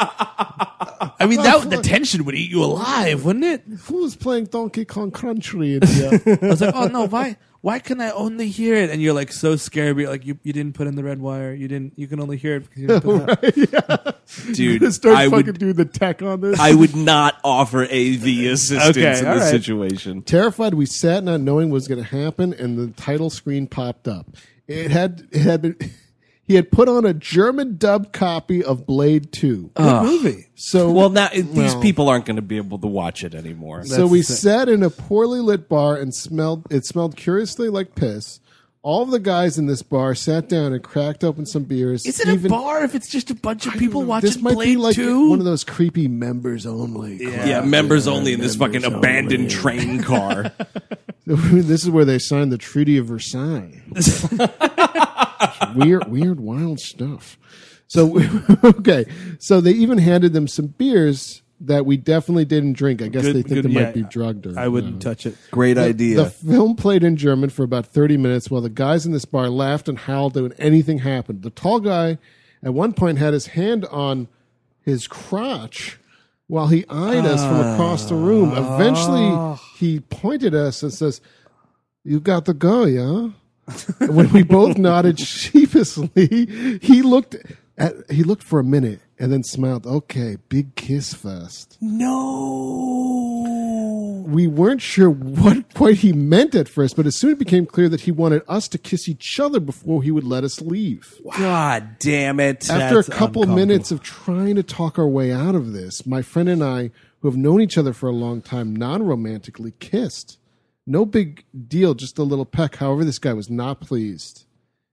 I mean, that the tension would eat you alive, wouldn't it? Who was playing Donkey Kong Country in here? I was like, oh no, why? Why can I only hear it? And you're like so scared. but You're like, you, you didn't put in the red wire. You didn't. You can only hear it because you didn't put it out. Dude, Just start I fucking would- doing the tech on this. I would not offer AV assistance Okay, in all this right. situation. Terrified, we sat not knowing what was going to happen, and the title screen popped up. It had it had been. He had put on a German dubbed copy of Blade Two. Ugh. So well, now it- these Well. people aren't going to be able to watch it anymore. so we sat in a poorly lit bar and smelled. It smelled curiously like piss. All the guys in this bar sat down and cracked open some beers. Is it Even- a bar if it's just a bunch of people watching This might Blade be like Two? one of those creepy members only. Yeah, members only in this fucking abandoned train car. this is where they signed the Treaty of Versailles. weird, weird, wild stuff. So okay, so they even handed them some beers that we definitely didn't drink. I guess Good- they think good- they yeah, might be drugged. Or, I wouldn't touch it. Great The- idea. The film played in German for about thirty minutes while the guys in this bar laughed and howled when anything happened. The tall guy, at one point, had his hand on his crotch while he eyed us from across the room. Eventually, he pointed us and says, "You got to go, yeah." when we both nodded sheepishly, he looked at he looked for a minute and then smiled. Okay, big kiss first. No. We weren't sure what quite he meant at first, but as soon as it became clear that he wanted us to kiss each other before he would let us leave. God damn it. After That's a couple uncomfortable. minutes of trying to talk our way out of this, my friend and I, who have known each other for a long time, non romantically kissed. No big deal, just a little peck. However, this guy was not pleased.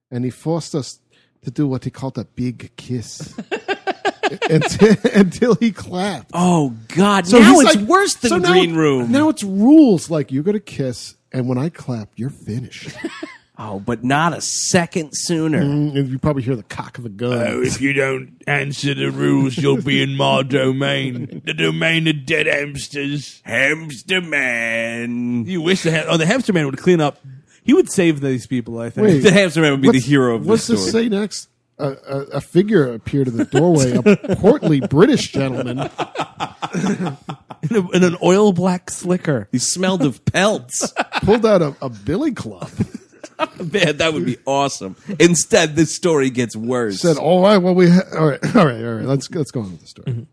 And he forced us to do what he called a big kiss until, until he clapped. Oh, God. So now he's it's like- worse than so now- Green Room. Now it's rules like you're going to kiss, and when I clap, you're finished. oh, but not a second sooner. Mm, and you probably hear the cock of a gun. Oh, if you don't answer the rules, you'll be in my domain. The domain of dead hamsters. Hamster Man. You wish the ha- oh the hamster man would clean up. He would save these people. I think. Wait. The Hamster Man would be the hero of what's this story. this say next? A, a, a figure appeared in the doorway, a portly British In, gentleman. a- in an oil black slicker. He smelled of pelts. pulled out a, a billy club. Man, that would be awesome. Instead, this story gets worse. Said, "All right, well, we ha- all right, all right, all right. Let's let's go on with the story."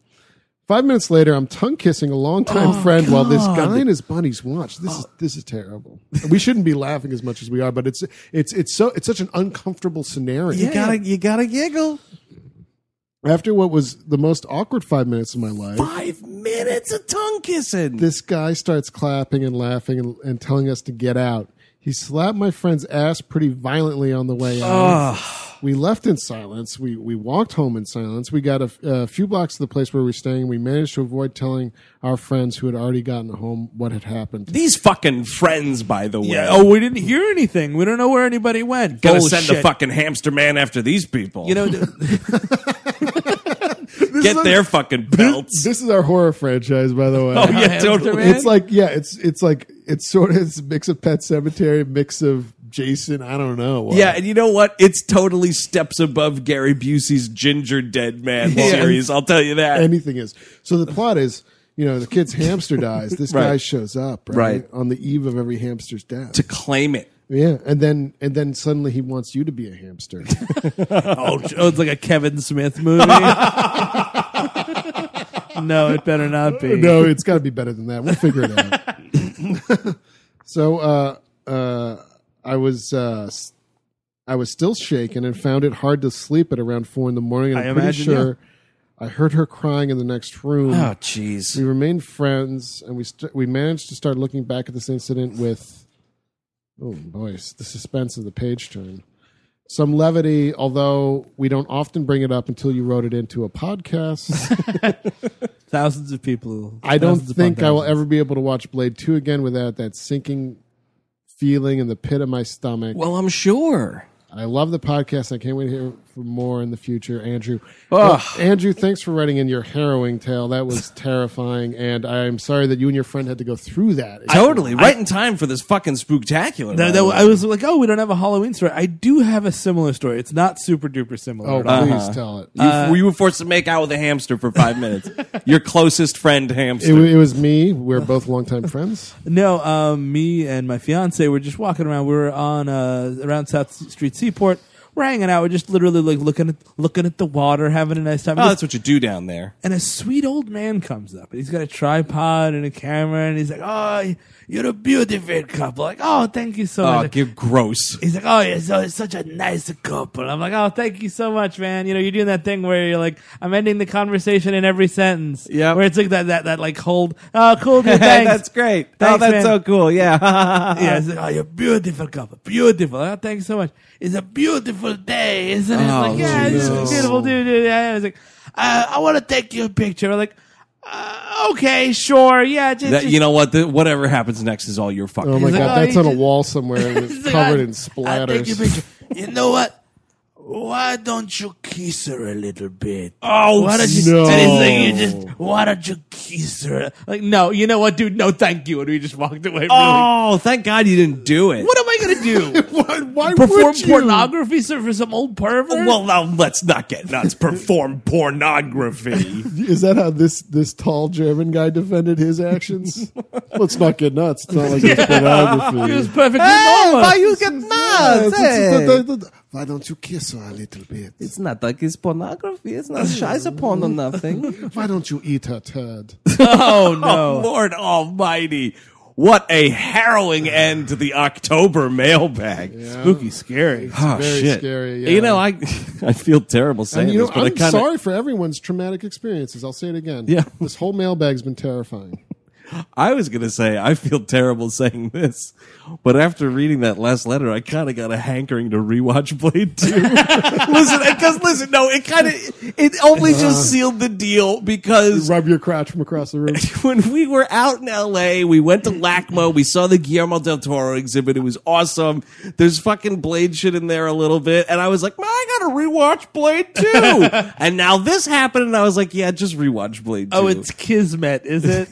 Five minutes later, I'm tongue kissing a longtime friend while this guy and his buddies watch. This is this is terrible. we shouldn't be laughing as much as we are, but it's it's it's so it's such an uncomfortable scenario. you gotta, you gotta giggle. After what was the most awkward five minutes of my life, Five minutes of tongue kissing. this guy starts clapping and laughing and, and telling us to get out. He slapped my friend's ass pretty violently on the way out. We left in silence. We we walked home in silence. We got a, f- a few blocks to the place where we were staying. We managed to avoid telling our friends who had already gotten home what had happened. These fucking friends, by the way. Yeah. Oh, we didn't hear anything. We don't know where anybody went. Oh, Gotta Bullshit. send the fucking hamster man after these people. You know, the- get is their a- fucking belts. This is our horror franchise, by the way. oh yeah, Hamster totally. man? It's like yeah, it's it's like it's sort of it's a mix of Pet Cemetery, mix of Jason. I don't know. what. Yeah, and you know what? It's totally steps above Gary Busey's Ginger Dead Man Yeah. series. I'll tell you that. anything is. So the plot is, you know, the kid's hamster dies. This Right. guy shows up right, Right. on the eve of every hamster's death. to claim it. yeah, and then and then suddenly he wants you to be a hamster. oh, oh, it's like a Kevin Smith movie. no, it better not be. no, it's got to be better than that. We'll figure it out. so uh, uh, I was. Uh, s- I was still shaken and found it hard to sleep at around four in the morning. And I I'm pretty imagine, yeah. sure I heard her crying in the next room. Oh jeez. We remained friends, and we st- we managed to start looking back at this incident with, oh boy, s- the suspense of the page turn. some levity, although we don't often bring it up until you wrote it into a podcast. Thousands of people. I don't thousands upon think I will thousands. ever be able to watch Blade 2 again without that sinking feeling in the pit of my stomach. Well, I'm sure. I love the podcast. I can't wait to hear for more in the future, Andrew. Ugh. Well, Andrew, thanks for writing in your harrowing tale. That was terrifying, and I'm sorry that you and your friend had to go through that. Totally. right in time for this fucking spooktacular. by No, the no, way. I was like, oh, we don't have a Halloween story. I do have a similar story. It's not super duper similar. Oh, at all. please tell it. Uh, You, you were forced to make out with a hamster for five minutes. Your closest friend It, hamster. wa- it was me. We're both longtime friends. No, um, me and my fiance were just walking around. We were on uh, around South Street Seaport. We're hanging out. We're just literally like looking at looking at the water, having a nice time. oh, that's what you do down there. and a sweet old man comes up. He's got a tripod and a camera, and he's like, "Oh, you're a beautiful couple." Like, "Oh, thank you so Oh, much." give gross. He's like, oh, you're so, such a nice couple. I'm like, oh, thank you so much, man. You know, you're doing that thing where you're like, I'm ending the conversation in every sentence. Yep. Where it's like that, that, that like hold, oh, cool, dude, thanks. that's great. oh, Thanks, that's man. so cool. Yeah. yeah, it's like, oh, you're a beautiful couple. Beautiful. Oh, thanks so much. It's a beautiful day, isn't it? Oh, like, yeah, this no. is beautiful, dude. dude. Yeah, yeah. It's like, uh, I want to take you a picture. I'm like, uh, okay, sure. Yeah, just, That- just- you know what? The, whatever happens next is all your fucking. Oh my He's like, god, "Oh, that's you on a just- wall somewhere and He's it's like, covered I- in I'll take your splatters. picture. You know what? Why don't you kiss her a little bit? oh, Why don't you? No. And it's like you just. Why don't you kiss her? Like no, you know what, dude? No, thank you. And we just walked away. Really. oh, thank God you didn't do it. What am I gonna do? Why, why Perform would you? pornography sir, for some old pervert? well, now let's not get nuts. Perform pornography. Is that how this this tall German guy defended his actions? Let's not get nuts. It's not like it's pornography. it was perfectly normal. why you get Yeah, nuts? it's- it's- it's- it's- Why don't you kiss her a little bit? It's not like it's pornography. It's not scheiße porn or nothing. Why don't you eat her turd? oh Oh, no! Lord Almighty. What a harrowing end to the October mailbag. Spooky, scary. Oh, very shit. scary, yeah. You know, I I feel terrible saying And you know, this, but I'm I kind sorry of for everyone's traumatic experiences. I'll say it again. Yeah. this whole mailbag's been terrifying. I was gonna say I feel terrible saying this, but after reading that last letter, I kind of got a hankering to rewatch Blade Two. listen, because listen, no, it kind of it only Uh-huh. just sealed the deal because Rub your crotch from across the room. when we were out in LA, we went to LACMO. We saw the Guillermo del Toro exhibit. It was awesome. There's fucking Blade shit in there a little bit. And I was like, man, I got to rewatch Blade 2. and now this happened. And I was like, yeah, just rewatch Blade 2. Oh, it's kismet, is it?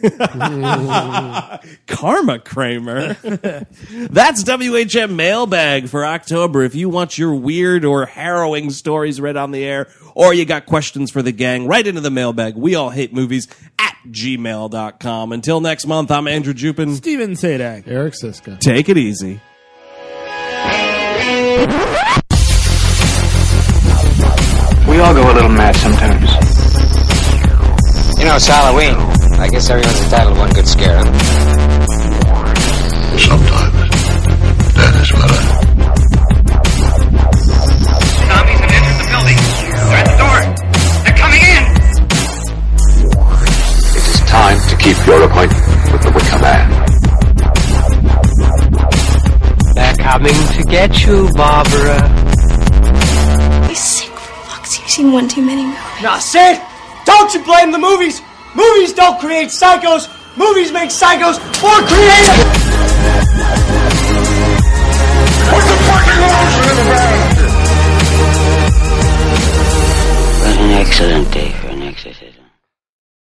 Karma Kramer. That's WHM Mailbag for October. If you want your weird or harrowing stories read on the air, or you got questions for the gang, right into the mailbag. We all hate movies at gmail.com. Until next month, I'm Andrew Jupin. Steven Sadak. Eric Siska. Take it easy. We all go a little mad sometimes. You know, it's Halloween. I guess everyone's entitled to one good scare, huh? Sometimes that is better. Zombies have entered the building. They're at the door. They're coming in. It is time to keep your appointment with the Wicker Man. They're coming to get you, Barbara. I sick for fuck's you've seen one too many movies. Now, Sid, don't you blame the movies? Movies don't create psychos. Movies make psychos more creative.